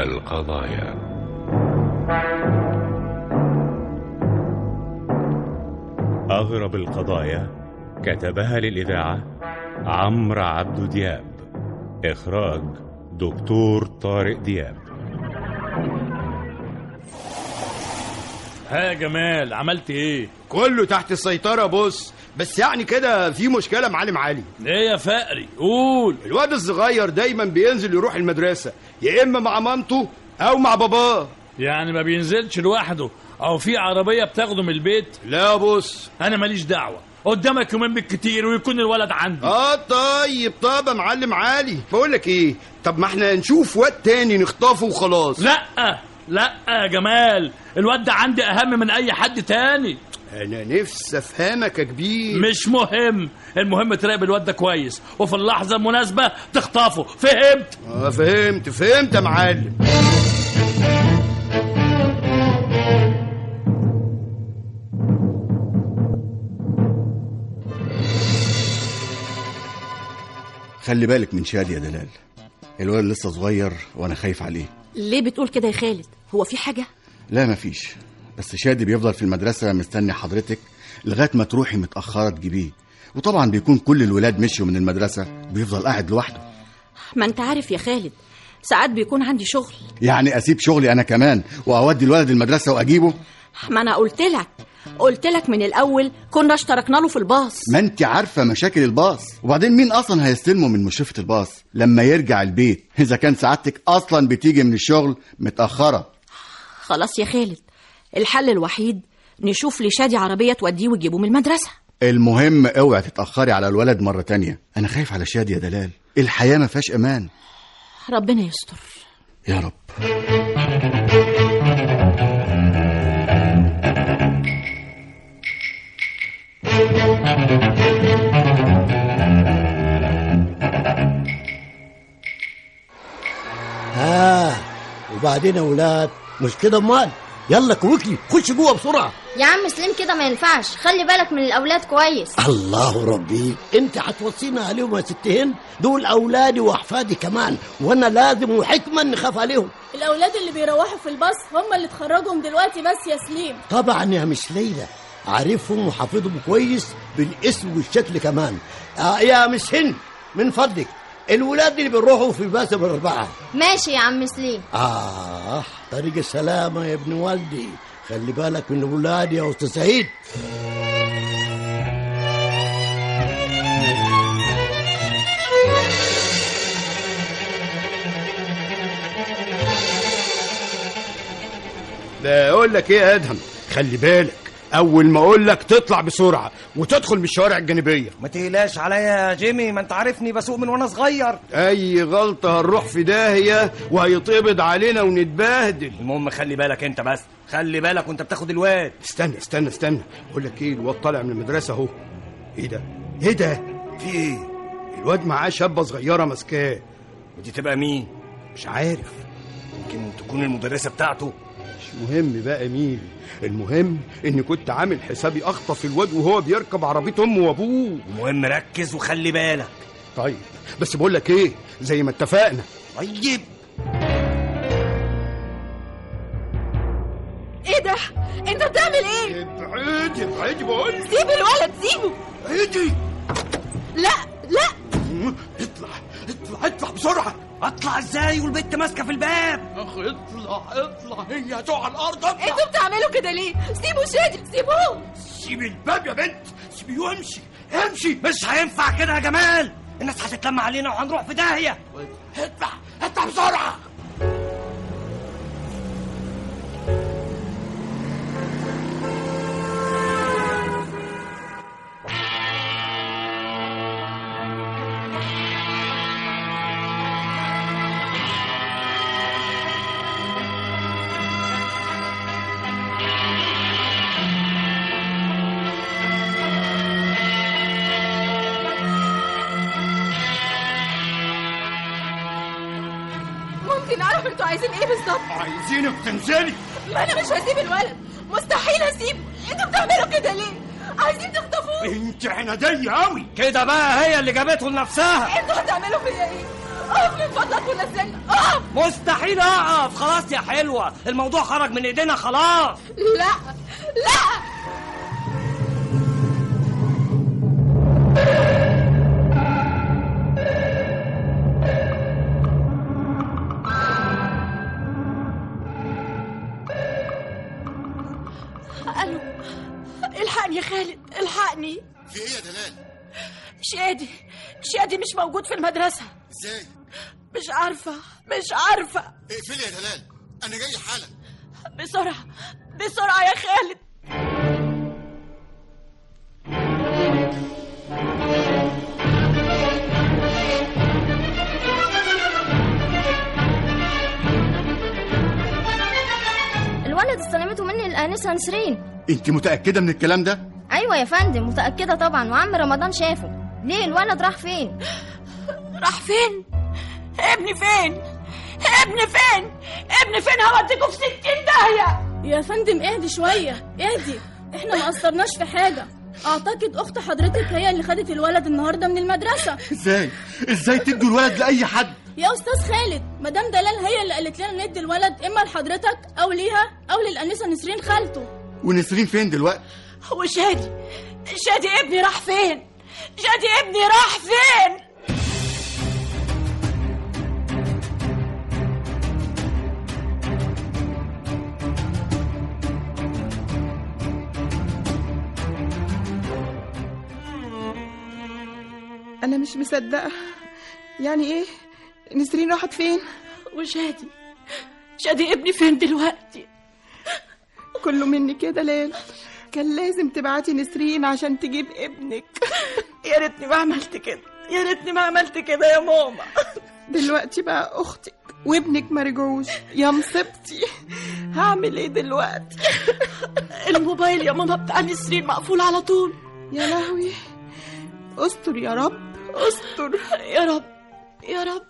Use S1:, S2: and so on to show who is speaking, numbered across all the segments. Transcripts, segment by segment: S1: القضايا
S2: أغرب القضايا كتبها للإذاعة عمرو عبد دياب إخراج دكتور طارق دياب
S3: ها يا جمال عملت ايه؟
S4: كله تحت السيطرة بص بس يعني كده في مشكلة معلم علي
S3: ايه يا فقري؟ قول
S4: الواد الصغير دايما بينزل يروح المدرسة يا إما مع مامته أو مع باباه
S3: يعني ما بينزلش لوحده او في عربية بتاخده من البيت
S4: لا بص
S3: انا ماليش دعوة قدامك يومين بالكتير ويكون الولد عندي
S4: اه طيب طب يا معلم علي بقول لك ايه طب ما احنا نشوف واد تاني نخطفه وخلاص آه.
S3: لا لا يا جمال الواد ده عندي اهم من اي حد تاني
S4: انا نفسي افهمك يا كبير
S3: مش مهم المهم تراقب الواد ده كويس وفي اللحظة المناسبة تخطفه فهمت؟
S4: اه فهمت فهمت يا معلم
S5: خلي بالك من شادي يا دلال الولد لسه صغير وانا خايف عليه
S6: ليه بتقول كده يا خالد هو في حاجة
S5: لا مفيش بس شادي بيفضل في المدرسة مستني حضرتك لغاية ما تروحي متأخرة تجيبيه وطبعا بيكون كل الولاد مشوا من المدرسة بيفضل قاعد لوحده
S6: ما انت عارف يا خالد ساعات بيكون عندي شغل
S5: يعني أسيب شغلي أنا كمان وأودي الولد المدرسة وأجيبه
S6: ما انا قلت لك قلت لك من الاول كنا اشتركنا له في الباص
S5: ما أنت عارفة مشاكل الباص وبعدين مين أصلا هيستلمه من مشرفة الباص لما يرجع البيت إذا كان سعادتك أصلا بتيجي من الشغل متأخرة
S6: خلاص يا خالد الحل الوحيد نشوف لشادي عربية توديه وتجيبه من المدرسة
S5: المهم اوعي تتأخري على الولد مرة تانية أنا خايف على شادي يا دلال الحياة ما فيهاش أمان
S6: ربنا يستر
S5: يا رب
S7: ها وبعدين يا ولاد مش كده امال يلا كوكلي خش جوه بسرعه
S8: يا عم سليم كده ما ينفعش خلي بالك من الاولاد كويس
S7: أه. الله ربي انت هتوصينا عليهم يا ست هند دول اولادي واحفادي كمان وانا لازم وحكما نخاف عليهم
S9: الاولاد اللي بيروحوا في الباص هم اللي تخرجهم دلوقتي بس يا سليم
S7: طبعا يا مش ليلى عارفهم وحافظهم كويس بالاسم والشكل كمان آه يا مش هند من فضلك الولاد اللي بيروحوا في باس الأربعة
S8: ماشي يا عم سليم
S7: آه طريق السلامة يا ابن والدي خلي بالك من الولاد يا أستاذ سعيد
S4: ده اقول لك ايه يا ادهم خلي بالك اول ما اقول لك تطلع بسرعة وتدخل من الشوارع الجانبية
S10: ما تقلقش عليا يا جيمي ما انت عارفني بسوق من وانا صغير
S4: اي غلطة هنروح في داهية وهيتقبض علينا ونتبهدل
S10: المهم خلي بالك انت بس خلي بالك وانت بتاخد الواد
S4: استنى استنى استنى اقول لك ايه الواد طالع من المدرسة اهو ايه ده ايه ده في ايه الواد معاه شابة صغيرة ماسكاه
S10: ودي تبقى مين
S4: مش عارف
S10: يمكن تكون المدرسة بتاعته
S4: مش مهم بقى مين المهم اني كنت عامل حسابي اخطف الواد وهو بيركب عربية امه وابوه
S10: المهم ركز وخلي بالك
S4: طيب بس بقول لك ايه زي ما اتفقنا
S10: طيب
S9: ايه ده انت بتعمل ايه
S4: ابعدي ابعدي بقول لك
S9: سيب الولد سيبه
S4: ابعدي
S9: لا لا
S4: اطلع اطلع اطلع بسرعة
S10: اطلع ازاي والبت ماسكه في الباب
S4: اخ اطلع اطلع هي هتقع على الارض اطلع
S9: انتوا بتعملوا كده ليه سيبوا شادي سيبوه
S4: سيبي الباب يا بنت سيبيه وامشي امشي
S10: مش هينفع كده يا جمال الناس هتتلم علينا وهنروح في داهيه
S4: اطلع اطلع بسرعة
S9: ممكن اعرف انتوا عايزين ايه بالظبط
S4: عايزينك تنزلي
S9: ما انا مش هسيب الولد مستحيل هسيبه انتوا بتعملوا كده ليه عايزين
S10: إيه؟
S9: تخطفوه
S4: انت عنادية قوي
S10: كده بقى هي اللي جابته لنفسها
S9: انتوا هتعملوا فيا ايه اقف من فضلك ونزلنا اقف
S10: مستحيل اقف خلاص يا حلوه الموضوع خرج من ايدينا خلاص
S9: لا لا
S6: الو الحقني يا خالد الحقني
S5: في ايه يا دلال
S6: شادي شادي مش موجود في المدرسة
S5: ازاي
S6: مش عارفة مش عارفة
S5: اقفلي يا دلال انا جاي حالا
S6: بسرعة بسرعة يا خالد
S8: الولد استلمته مني الانسه نسرين
S5: انت متاكده من الكلام ده
S8: ايوه يا فندم متاكده طبعا وعم رمضان شافه ليه الولد راح فين
S6: راح فين ابني فين ابني فين ابني فين هوديكوا في ستين داهية
S9: يا فندم اهدي شوية اهدي احنا ما قصرناش في حاجة اعتقد اخت حضرتك هي اللي خدت الولد النهارده من المدرسة
S5: ازاي ازاي تدوا الولد لاي حد
S9: يا استاذ خالد مدام دلال هي اللي قالت لنا ندي الولد اما لحضرتك او ليها او للانسه نسرين خالته
S5: ونسرين فين دلوقتي
S6: وشادي شادي ابني راح فين شادي ابني راح فين
S9: انا مش مصدقه يعني ايه نسرين راحت فين
S6: وشادي شادي ابني فين دلوقتي
S9: كله مني كده ليل كان لازم تبعتي نسرين عشان تجيب ابنك
S6: يا ريتني ما عملت كده يا ريتني ما عملت كده يا ماما
S9: دلوقتي بقى اختك وابنك ما رجعوش يا مصيبتي هعمل ايه دلوقتي
S6: الموبايل يا ماما بتاع نسرين مقفول على طول
S9: يا لهوي استر يا رب استر
S6: يا رب يا رب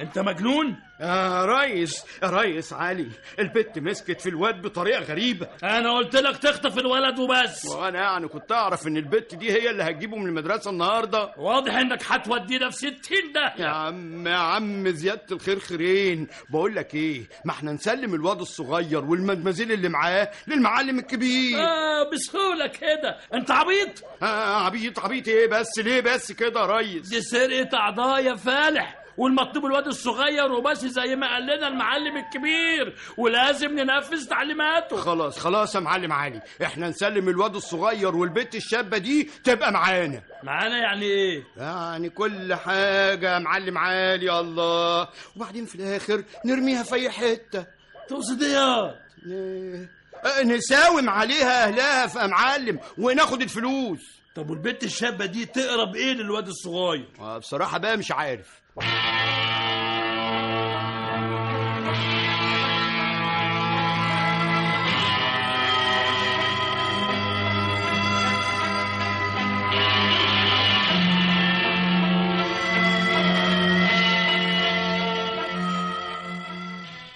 S3: انت مجنون
S4: يا آه، ريس يا ريس علي البت مسكت في الواد بطريقه غريبة
S3: انا قلت لك تخطف الولد وبس
S4: وانا يعني كنت اعرف ان البت دي هي اللي هتجيبه من المدرسة النهاردة
S3: واضح انك هتودينا في ستين
S4: يا
S3: داهية
S4: عم يا عم زيادة الخير خيرين بقول لك ايه ما احنا نسلم الواد الصغير والمدمزيل اللي معاه للمعلم الكبير
S3: آه بسهولة كده انت عبيط
S4: آه عبيط عبيط ايه بس ليه بس كده يا ريس
S3: دي سرقة أعضاء يا فالح والمطلوب الواد الصغير وبس زي ما قال لنا المعلم الكبير ولازم ننفذ تعليماته
S4: خلاص خلاص يا معلم علي احنا نسلم الواد الصغير والبت الشابة دي تبقى معانا
S3: معانا يعني ايه
S4: يعني كل حاجة يا معلم علي الله وبعدين في الآخر نرميها في أي حتة
S3: تقصد ايه يا؟
S4: ن- آه، نساوم عليها أهلها في يا معلم وناخد الفلوس
S3: طب والبنت الشابة دي تقرب ايه للواد الصغير
S4: آه، بصراحة بقى مش عارف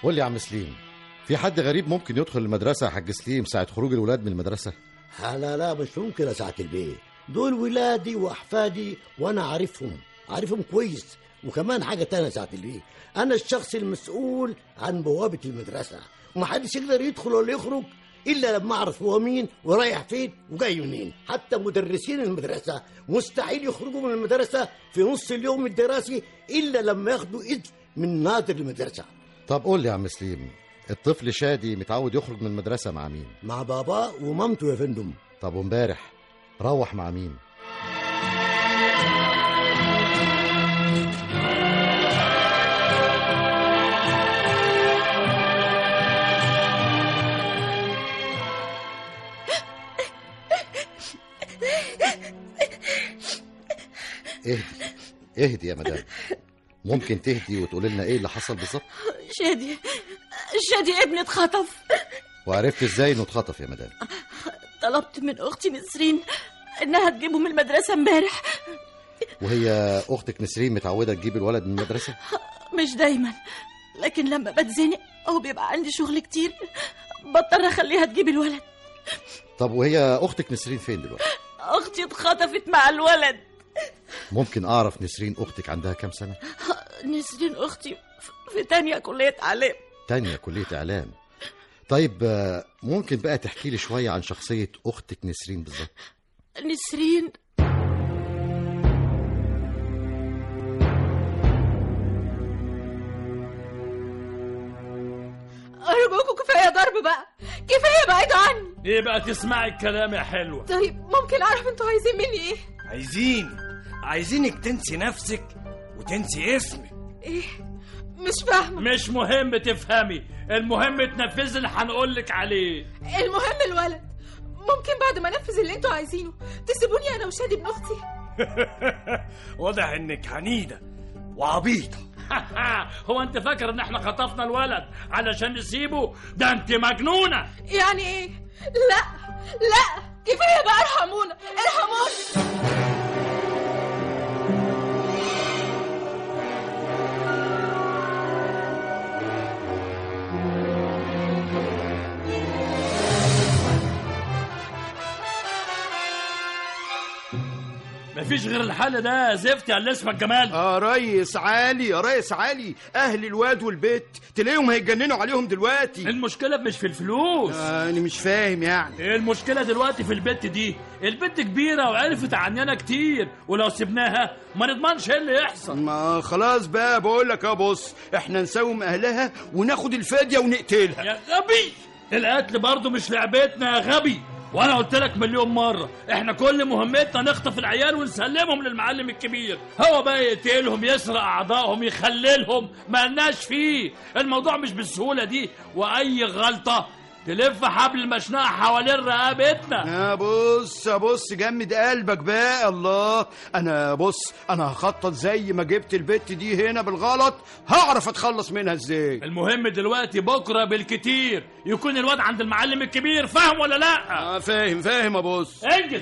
S1: قول لي يا عم سليم في حد غريب ممكن يدخل المدرسه يا حاج سليم ساعه خروج الولاد من المدرسه
S7: لا لا مش ممكن يا ساعة البيت دول ولادي واحفادي وانا عارفهم عارفهم كويس وكمان حاجة تانية يا ساعة البيت انا الشخص المسؤول عن بوابة المدرسة ومحدش يقدر يدخل ولا يخرج الا لما اعرف هو مين ورايح فين وجاي منين حتى مدرسين المدرسة مستحيل يخرجوا من المدرسة في نص اليوم الدراسي الا لما ياخدوا اذن من ناظر المدرسة
S1: طب قول لي يا عم سليم الطفل شادي متعود يخرج من المدرسه مع مين
S7: مع بابا ومامته يا فندم
S1: طب وامبارح روح مع مين اهدي اهدي يا مدام ممكن تهدي وتقولي لنا ايه اللي حصل بالظبط
S6: شادي شادي ابني اتخطف
S1: وعرفت ازاي انه اتخطف يا مدام
S6: طلبت من اختي نسرين انها تجيبه من المدرسة امبارح
S1: وهي اختك نسرين متعوده تجيب الولد من المدرسه
S6: مش دايما لكن لما بتزنق او بيبقى عندي شغل كتير بضطر اخليها تجيب الولد
S1: طب وهي اختك نسرين فين دلوقتي
S6: اختي اتخطفت مع الولد
S1: ممكن اعرف نسرين اختك عندها كام سنه
S6: نسرين اختي ف- في تانية كلية اعلام
S1: تانية كليه اعلام طيب آه، ممكن بقى تحكي لي شويه عن شخصيه اختك نسرين بالظبط
S6: نسرين ارجوكوا كفايه ضرب بقى كفايه بعيد عني
S3: ايه بقى تسمعي الكلام يا حلوه
S6: طيب ممكن اعرف انتوا عايزين مني ايه
S10: عايزين عايزينك تنسي نفسك وتنسي اسمك
S6: ايه مش فاهمه
S3: مش مهم تفهمي المهم تنفذي اللي هنقول لك عليه
S11: المهم الولد ممكن بعد ما انفذ اللي انتوا عايزينه تسيبوني انا وشادي ابن اختي
S10: واضح انك عنيده وعبيطه
S3: هو انت فاكر ان احنا خطفنا الولد علشان نسيبه ده انت مجنونه
S11: يعني ايه لا لا كفايه بقى ارحمونا ارحمونا
S3: مفيش غير الحل ده زفت يا اللي اسمك جمال
S4: اه ريس عالي يا ريس عالي اهل الواد والبيت تلاقيهم هيتجننوا عليهم دلوقتي
S3: المشكله مش في الفلوس
S4: آه انا مش فاهم يعني
S3: ايه المشكله دلوقتي في البت دي البت كبيره وعرفت عننا كتير ولو سبناها ما نضمنش ايه اللي يحصل
S4: طيب. ما خلاص بقى بقول لك يا بص احنا نساوم اهلها وناخد الفديه ونقتلها
S3: يا غبي القتل برضه مش لعبتنا يا غبي وانا قلت لك مليون مره احنا كل مهمتنا نخطف العيال ونسلمهم للمعلم الكبير هو بقى يقتلهم يسرق اعضائهم يخللهم مالناش فيه الموضوع مش بالسهوله دي واي غلطه تلف حبل المشنقه حوالين رقبتنا
S4: يا بص يا بص جمد قلبك بقى الله انا بص انا هخطط زي ما جبت البت دي هنا بالغلط هعرف اتخلص منها ازاي
S3: المهم دلوقتي بكره بالكتير يكون الواد عند المعلم الكبير فاهم ولا لا
S4: آه فاهم فاهم يا بص
S3: انجز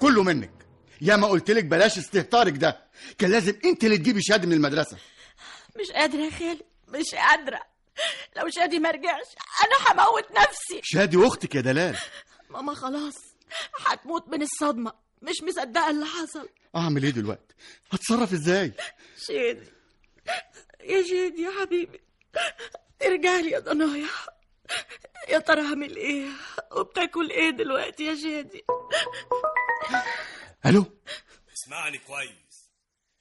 S5: كله منك يا ما قلت لك بلاش استهتارك ده كان لازم انت اللي تجيبي شهاده من المدرسه
S6: مش قادره يا خالد مش قادره لو شادي ما رجعش انا هموت نفسي
S5: شهاده اختك يا دلال
S6: ماما خلاص هتموت من الصدمه مش مصدقه اللي حصل
S5: اعمل ايه دلوقتي هتصرف ازاي
S6: شادي يا شادي يا حبيبي ارجع لي يا ضنايا يا ترى هعمل ايه وبتاكل ايه دلوقتي يا شادي
S5: الو
S10: اسمعني كويس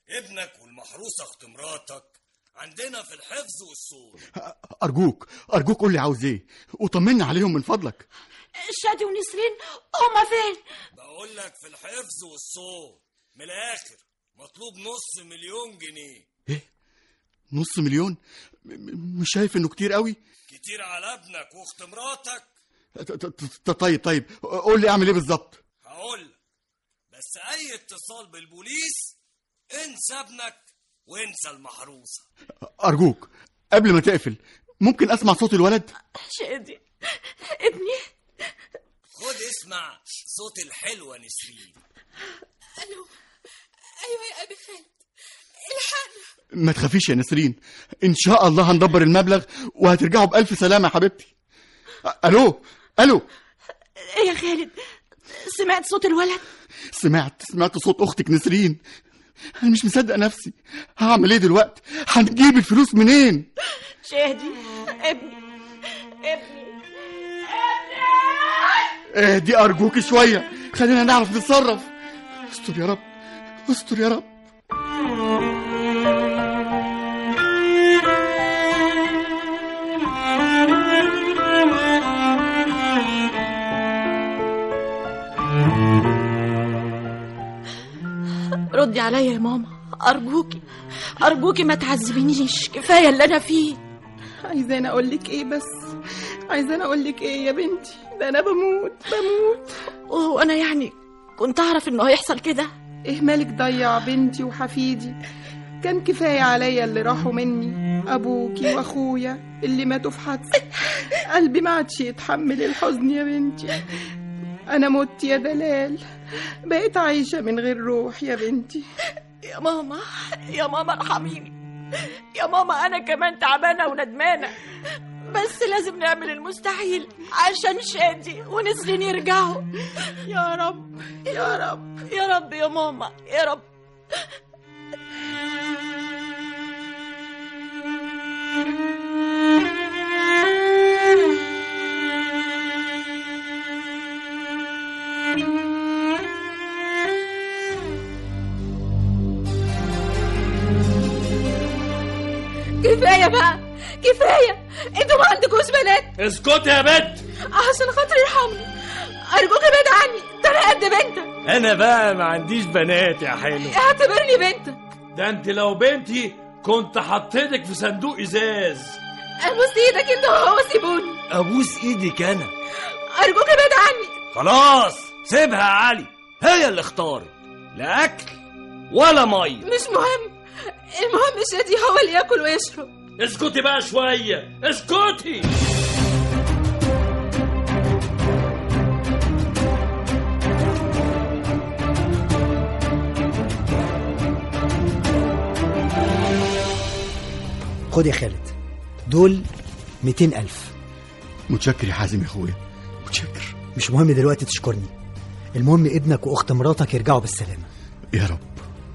S10: ابنك والمحروسه اخت مراتك عندنا في الحفظ والصون
S5: ارجوك ارجوك قول لي عاوز ايه وطمنا عليهم من فضلك
S6: شادي ونسرين هما فين
S10: بقول لك في الحفظ والصون من الاخر مطلوب نص مليون جنيه
S5: إيه؟ نص مليون م- م- مش شايف انه كتير قوي
S10: كتير على ابنك واخت مراتك
S5: ط- ط- ط- طيب طيب قول لي اعمل ايه بالظبط
S10: هقول لك بس اي اتصال بالبوليس انسى ابنك وانسى المحروسه
S5: ارجوك قبل ما تقفل ممكن اسمع صوت الولد
S6: شادي ابني
S10: خد اسمع صوت الحلوه نسرين
S11: الو ايوه
S6: أيوة
S11: يا ابي خالد الحقنا
S5: ما تخافيش يا نسرين ان شاء الله هندبر المبلغ وهترجعوا بالف سلامه يا حبيبتي أ- الو الو
S6: ايه يا خالد سمعت صوت الولد
S5: سمعت سمعت صوت اختك نسرين انا مش مصدق نفسي هعمل ايه دلوقتي هنجيب الفلوس منين
S6: شادي ابني ابني
S5: اهدي ارجوك شويه خلينا نعرف نتصرف استر يا رب استر يا رب
S6: ردي عليا يا ماما ارجوكي ارجوكي ما تعذبينيش كفايه اللي انا فيه
S11: عايزاني اقول لك ايه بس عايزاني اقول لك ايه يا بنتي ده انا بموت بموت
S6: وانا يعني كنت اعرف انه هيحصل كده
S11: ايه مالك ضيع بنتي وحفيدي كان كفاية عليا اللي راحوا مني أبوكي وأخويا اللي ماتوا في حادثة قلبي ما عادش يتحمل الحزن يا بنتي أنا مت يا دلال بقيت عايشة من غير روح يا بنتي
S6: يا ماما يا ماما ارحميني يا ماما انا كمان تعبانه وندمانه بس لازم نعمل المستحيل عشان شادي ونسرين يرجعوا يا رب يا رب يا رب يا ماما يا رب
S12: كفايه بقى كفايه انتوا ما عندكوش بنات
S3: اسكت يا بت
S12: عشان خاطري ارحمني ارجوك ابعد عني ده انا قد بنتك
S3: انا بقى ما عنديش بنات يا حلو
S12: اعتبرني بنتك
S3: ده انت لو بنتي كنت حطيتك في صندوق ازاز
S12: ابوس ايدك انت وهو سيبوني
S10: ابوس ايدك انا
S12: ارجوك ابعد عني
S10: خلاص سيبها يا علي هي اللي اختارت لا اكل ولا ميه
S12: مش مهم المهم شادي هو اللي ياكل ويشرب
S3: اسكتي بقى شويه اسكتي
S13: خد يا خالد دول 200 ألف
S5: متشكر يا حازم يا اخويا متشكر
S13: مش مهم دلوقتي تشكرني المهم ابنك واخت مراتك يرجعوا بالسلامه
S5: يا رب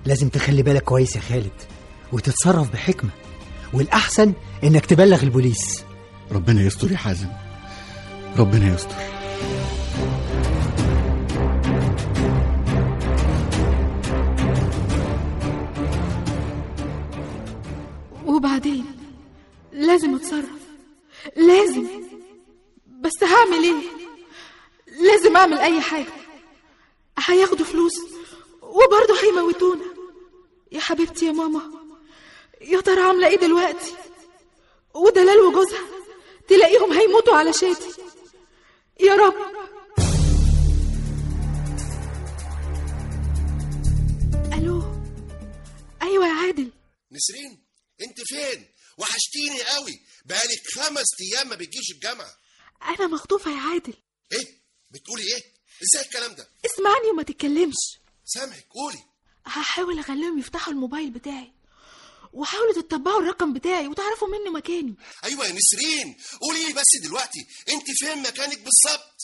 S13: لازم تخلي بالك كويس يا خالد وتتصرف بحكمه والاحسن انك تبلغ البوليس
S5: ربنا يستر يا حازم ربنا يستر
S12: وبعدين لازم اتصرف لازم بس هعمل ايه لازم اعمل اي حاجه هياخدوا فلوس وبرضه هيموتونا يا حبيبتي يا ماما يا ترى عامله ايه دلوقتي ودلال وجوزها تلاقيهم هيموتوا على شاتي يا رب الو ايوه يا عادل
S14: نسرين انت فين وحشتيني قوي بقالك خمس ايام ما بتجيش الجامعه
S12: انا مخطوفه يا عادل
S14: ايه بتقولي ايه ازاي الكلام ده
S12: اسمعني وما تتكلمش
S14: سامعك قولي
S12: هحاول اخليهم يفتحوا الموبايل بتاعي وحاولوا تتبعوا الرقم بتاعي وتعرفوا مني مكاني
S14: ايوه يا نسرين قولي لي بس دلوقتي انت فين مكانك بالظبط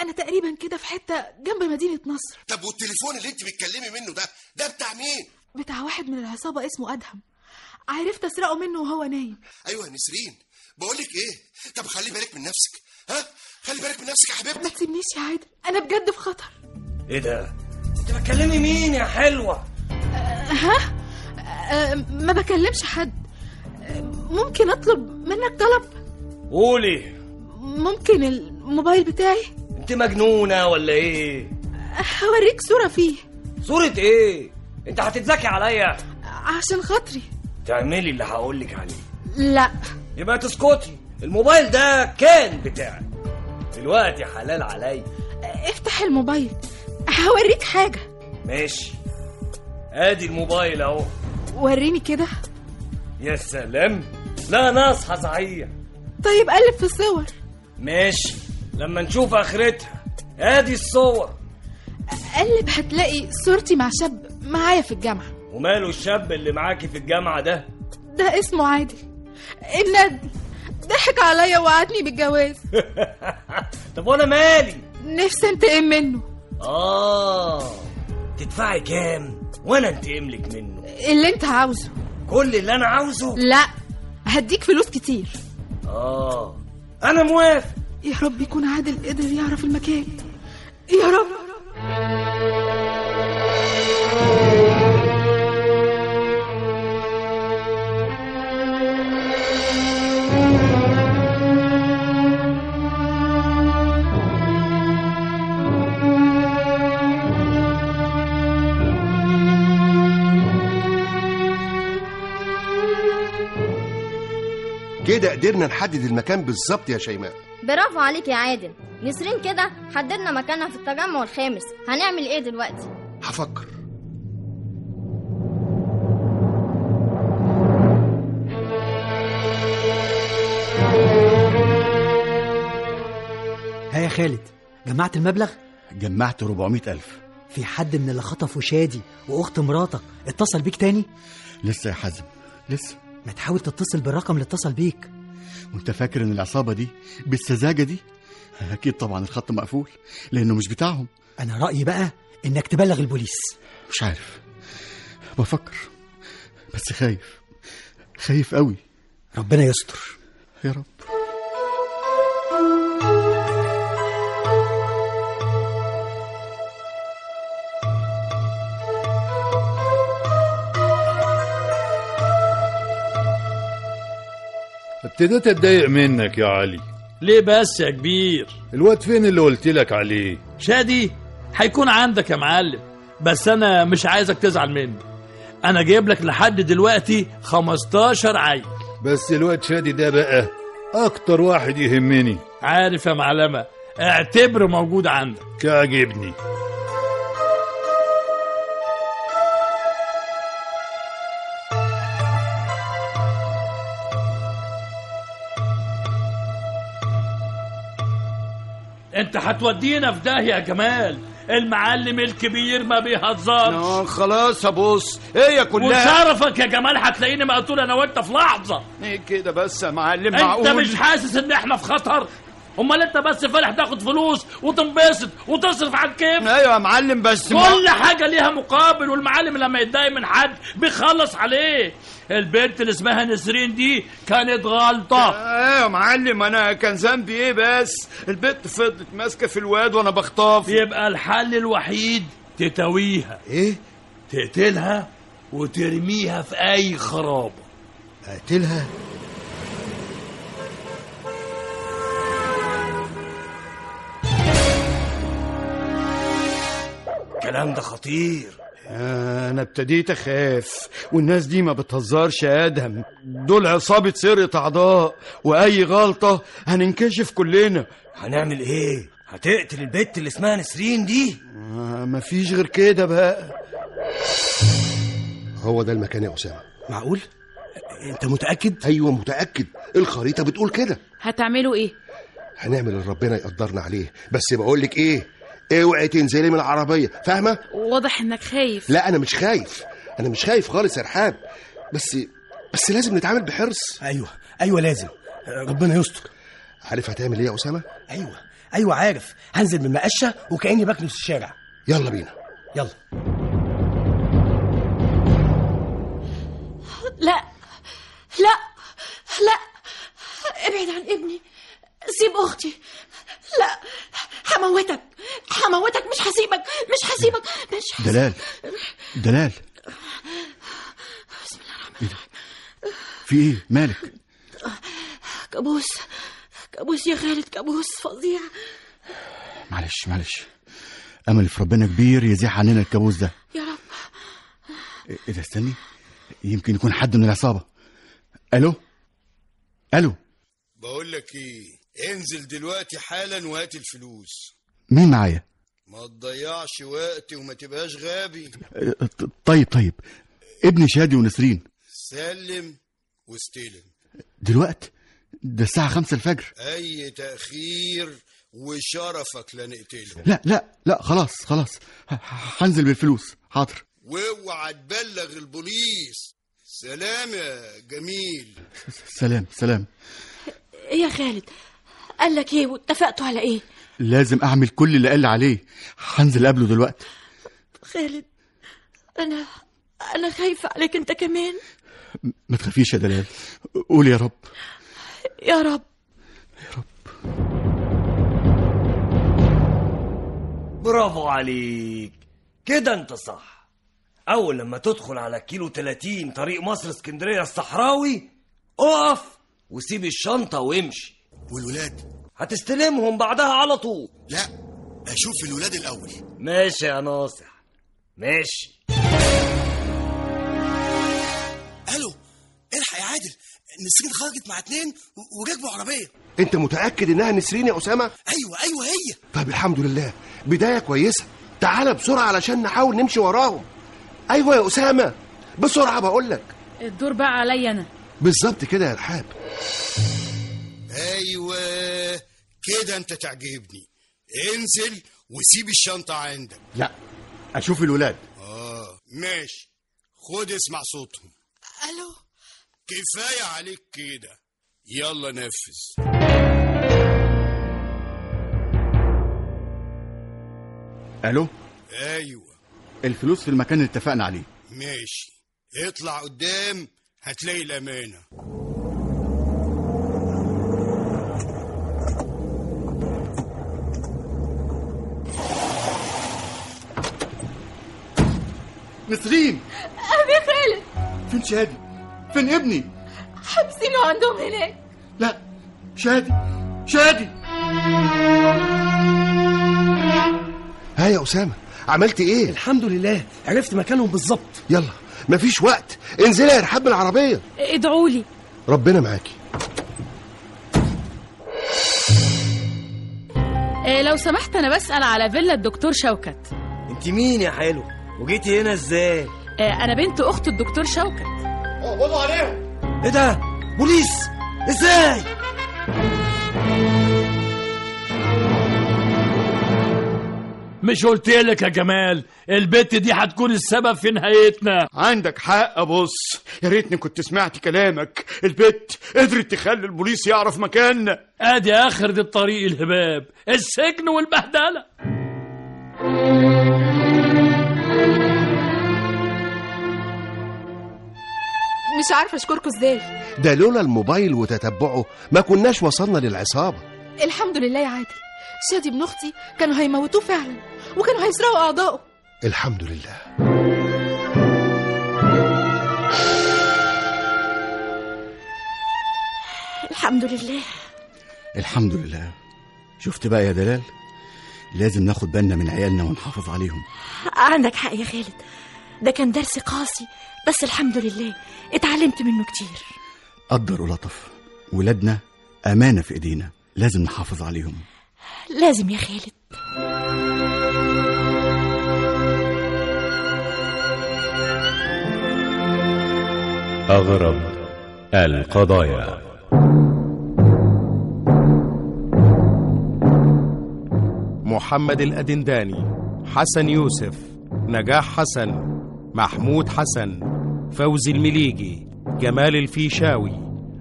S12: انا تقريبا كده في حته جنب مدينه نصر
S14: طب والتليفون اللي انت بتتكلمي منه ده ده بتاع مين
S12: بتاع واحد من العصابه اسمه ادهم عرفت اسرقه منه وهو نايم
S14: ايوه يا نسرين بقول لك ايه طب خلي بالك من نفسك ها خلي بالك من نفسك يا حبيبتي
S12: ما تسيبنيش يا عادل انا بجد في خطر
S10: ايه ده انت بتكلمي مين يا حلوه
S12: ها أه، ما بكلمش حد أه، ممكن اطلب منك طلب
S10: قولي
S12: ممكن الموبايل بتاعي
S10: انت مجنونه ولا ايه
S12: هوريك صوره فيه
S10: صورة ايه انت هتتذكي عليا
S12: عشان خاطري
S10: تعملي اللي هقولك عليه
S12: لا
S10: يبقى تسكتي الموبايل ده كان بتاعك دلوقتي حلال عليا
S12: افتح الموبايل هوريك حاجه
S10: ماشي ادي الموبايل اهو
S12: وريني كده
S10: يا سلام لا ناصحة صحيح
S12: طيب قلب في الصور
S10: ماشي لما نشوف اخرتها ادي الصور
S12: قلب هتلاقي صورتي مع شاب معايا في الجامعه
S10: وماله الشاب اللي معاكي في الجامعة ده
S12: ده اسمه عادل الندي ضحك عليا ووعدني بالجواز
S10: طب وانا مالي
S12: نفسي انتقم منه
S10: اه تدفعي كام وانا انتقم لك منه
S12: اللي انت عاوزه
S10: كل اللي انا عاوزه
S12: لا هديك فلوس كتير
S10: اه انا موافق
S12: يا رب يكون عادل قدر يعرف المكان يا رب
S14: كده قدرنا نحدد المكان بالظبط يا شيماء
S8: برافو عليك يا عادل نسرين كده حددنا مكانها في التجمع الخامس هنعمل ايه دلوقتي
S14: هفكر
S13: ها يا خالد جمعت المبلغ
S5: جمعت 400 ألف
S13: في حد من اللي خطفوا شادي واخت مراتك اتصل بيك تاني
S5: لسه يا حازم لسه
S13: ما تحاول تتصل بالرقم اللي اتصل بيك
S5: وانت فاكر ان العصابه دي بالسذاجه دي اكيد طبعا الخط مقفول لانه مش بتاعهم
S13: انا رايي بقى انك تبلغ البوليس
S5: مش عارف بفكر بس خايف خايف قوي
S13: ربنا يستر
S5: يا رب
S15: ابتديت اتضايق منك يا علي
S3: ليه بس يا كبير
S15: الواد فين اللي قلت لك عليه
S3: شادي هيكون عندك يا معلم بس انا مش عايزك تزعل مني انا جايب لك لحد دلوقتي 15 عيل
S15: بس الواد شادي ده بقى اكتر واحد يهمني
S3: عارف يا معلمه اعتبره موجود عندك
S15: كعجبني
S3: انت هتودينا في داهيه يا جمال المعلم الكبير ما بيهزرش
S4: خلاص ابص هي كلها
S3: وشرفك يا جمال هتلاقيني مقتول انا وانت في لحظه
S4: ايه كده بس يا معلم
S3: انت
S4: معقول
S3: مش حاسس ان احنا في خطر امال انت بس فرح تاخد فلوس وتنبسط وتصرف عن كيف
S4: ايوه يا معلم بس ما-
S3: كل حاجه ليها مقابل والمعلم لما يتضايق من حد بيخلص عليه البنت اللي اسمها نسرين دي كانت غلطه
S4: ايه يا معلم انا كان ذنبي ايه بس البت فضلت ماسكه في الواد وانا بخطف
S3: يبقى الحل الوحيد تتويها
S4: ايه
S3: تقتلها وترميها في اي خراب
S1: اقتلها
S10: الكلام ده خطير
S4: آه، انا ابتديت اخاف والناس دي ما بتهزرش يا ادهم دول عصابه سرقه اعضاء واي غلطه هننكشف كلنا
S10: هنعمل ايه هتقتل البت اللي اسمها نسرين دي
S4: آه، مفيش غير كده بقى
S16: هو ده المكان يا اسامه
S17: معقول انت متاكد
S16: ايوه متاكد الخريطه بتقول كده
S18: هتعملوا ايه
S16: هنعمل اللي ربنا يقدرنا عليه بس بقول لك ايه اوعي تنزلي من العربيه فاهمه
S18: واضح انك خايف
S16: لا انا مش خايف انا مش خايف خالص يا رحاب بس بس لازم نتعامل بحرص
S17: ايوه ايوه لازم ربنا يستر
S16: عارف هتعمل ايه يا اسامه
S17: ايوه ايوه عارف هنزل من المقشه وكاني بكنس الشارع
S16: يلا بينا
S17: يلا
S6: لا لا لا ابعد عن ابني سيب اختي لا هموتك هموتك مش هسيبك مش هسيبك مش هسيبك.
S5: دلال دلال ايه ده؟ في ايه مالك
S6: كابوس كابوس يا خالد كابوس فظيع
S5: معلش معلش امل في ربنا كبير يزيح عننا الكابوس ده
S6: يا رب
S5: ايه إيه ده استني يمكن يكون حد من العصابه الو الو
S14: بقول لك ايه انزل دلوقتي حالا وهات الفلوس
S5: مين معايا
S14: ما تضيعش وقت وما تبقاش غبي
S5: آه، ط- طيب طيب ابني شادي ونسرين
S14: سلم واستلم
S5: دلوقت ده الساعه خمسة الفجر
S14: اي تاخير وشرفك لنقتله
S5: لا لا لا خلاص خلاص ه- ه- هنزل بالفلوس حاضر
S14: واوعى تبلغ البوليس سلام يا جميل
S5: سلام سلام
S6: ايه يا خالد قال لك ايه واتفقتوا على ايه
S5: لازم اعمل كل اللي قال عليه هنزل قبله دلوقتي
S6: خالد انا انا خايفه عليك انت كمان
S5: ما تخافيش يا دلال قول يا رب
S6: يا رب
S10: برافو عليك كده انت صح اول لما تدخل على كيلو 30 طريق مصر اسكندريه الصحراوي اقف وسيب الشنطه وامشي
S14: والولاد
S10: هتستلمهم بعدها على طول
S14: لا اشوف الولاد الاول
S10: ماشي يا ناصح ماشي
S14: الو الحق يا عادل نسرين خرجت مع اتنين و- وراكبوا عربيه
S16: انت متاكد انها نسرين يا اسامه
S14: ايوه ايوه هي
S16: طب الحمد لله بدايه كويسه تعال بسرعه علشان نحاول نمشي وراهم ايوه يا اسامه بسرعه بقول لك
S18: الدور بقى عليا انا
S16: بالظبط كده يا رحاب
S14: ايوه
S4: أيوة،
S14: كده انت تعجبني انزل وسيب الشنطه عندك
S16: لا
S5: اشوف الولاد
S4: اه ماشي خد اسمع صوتهم
S19: الو
S4: كفايه عليك كده يلا نفذ
S5: الو
S4: ايوه
S5: الفلوس في المكان اللي اتفقنا عليه
S4: ماشي اطلع قدام هتلاقي الامانه
S5: نسرين
S19: ابي خالد
S5: فين شادي فين ابني
S19: حابسينه عندهم هناك
S5: لا شادي شادي
S16: ها يا اسامه عملت ايه
S20: الحمد لله عرفت مكانهم بالظبط
S16: يلا مفيش وقت انزلي يا رحاب بالعربيه
S6: ادعوا لي
S16: ربنا معاكي
S6: إيه لو سمحت انا بسال على فيلا الدكتور شوكت
S10: انت مين يا حلو وجيتي هنا ازاي
S6: إيه انا بنت اخت الدكتور شوكت
S10: اقبضوا أه، عليهم ايه ده بوليس ازاي
S3: مش قلت إيه لك يا جمال البت دي هتكون السبب في نهايتنا
S21: عندك حق بص يا ريتني كنت سمعت كلامك البت قدرت تخلي البوليس يعرف مكاننا
S3: ادي اخر دي الطريق الهباب السجن والبهدله
S12: مش عارفه اشكركم ازاي
S16: ده لولا الموبايل وتتبعه ما كناش وصلنا للعصابه
S12: الحمد لله يا عادل شادي ابن اختي كانوا هيموتوه فعلا وكانوا هيسرقوا اعضائه
S16: الحمد لله
S19: الحمد لله
S5: الحمد لله شفت بقى يا دلال لازم ناخد بالنا من عيالنا ونحافظ عليهم
S19: عندك حق يا خالد ده كان درس قاسي بس الحمد لله اتعلمت منه كتير
S5: قدر ولطف ولادنا امانه في ايدينا لازم نحافظ عليهم
S19: لازم يا خالد
S2: أغرب القضايا
S22: محمد الأدنداني حسن يوسف نجاح حسن محمود حسن فوزي المليجي جمال الفيشاوي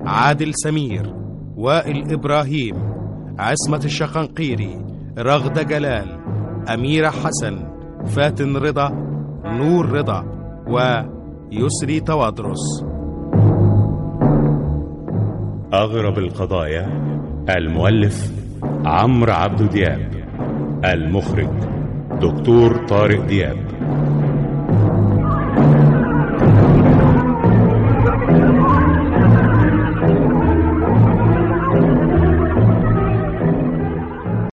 S22: عادل سمير وائل إبراهيم عصمة الشقنقيري رغدة جلال أميرة حسن فاتن رضا نور رضا ويسري توادرس
S2: أغرب القضايا المؤلف عمرو عبد دياب المخرج دكتور طارق دياب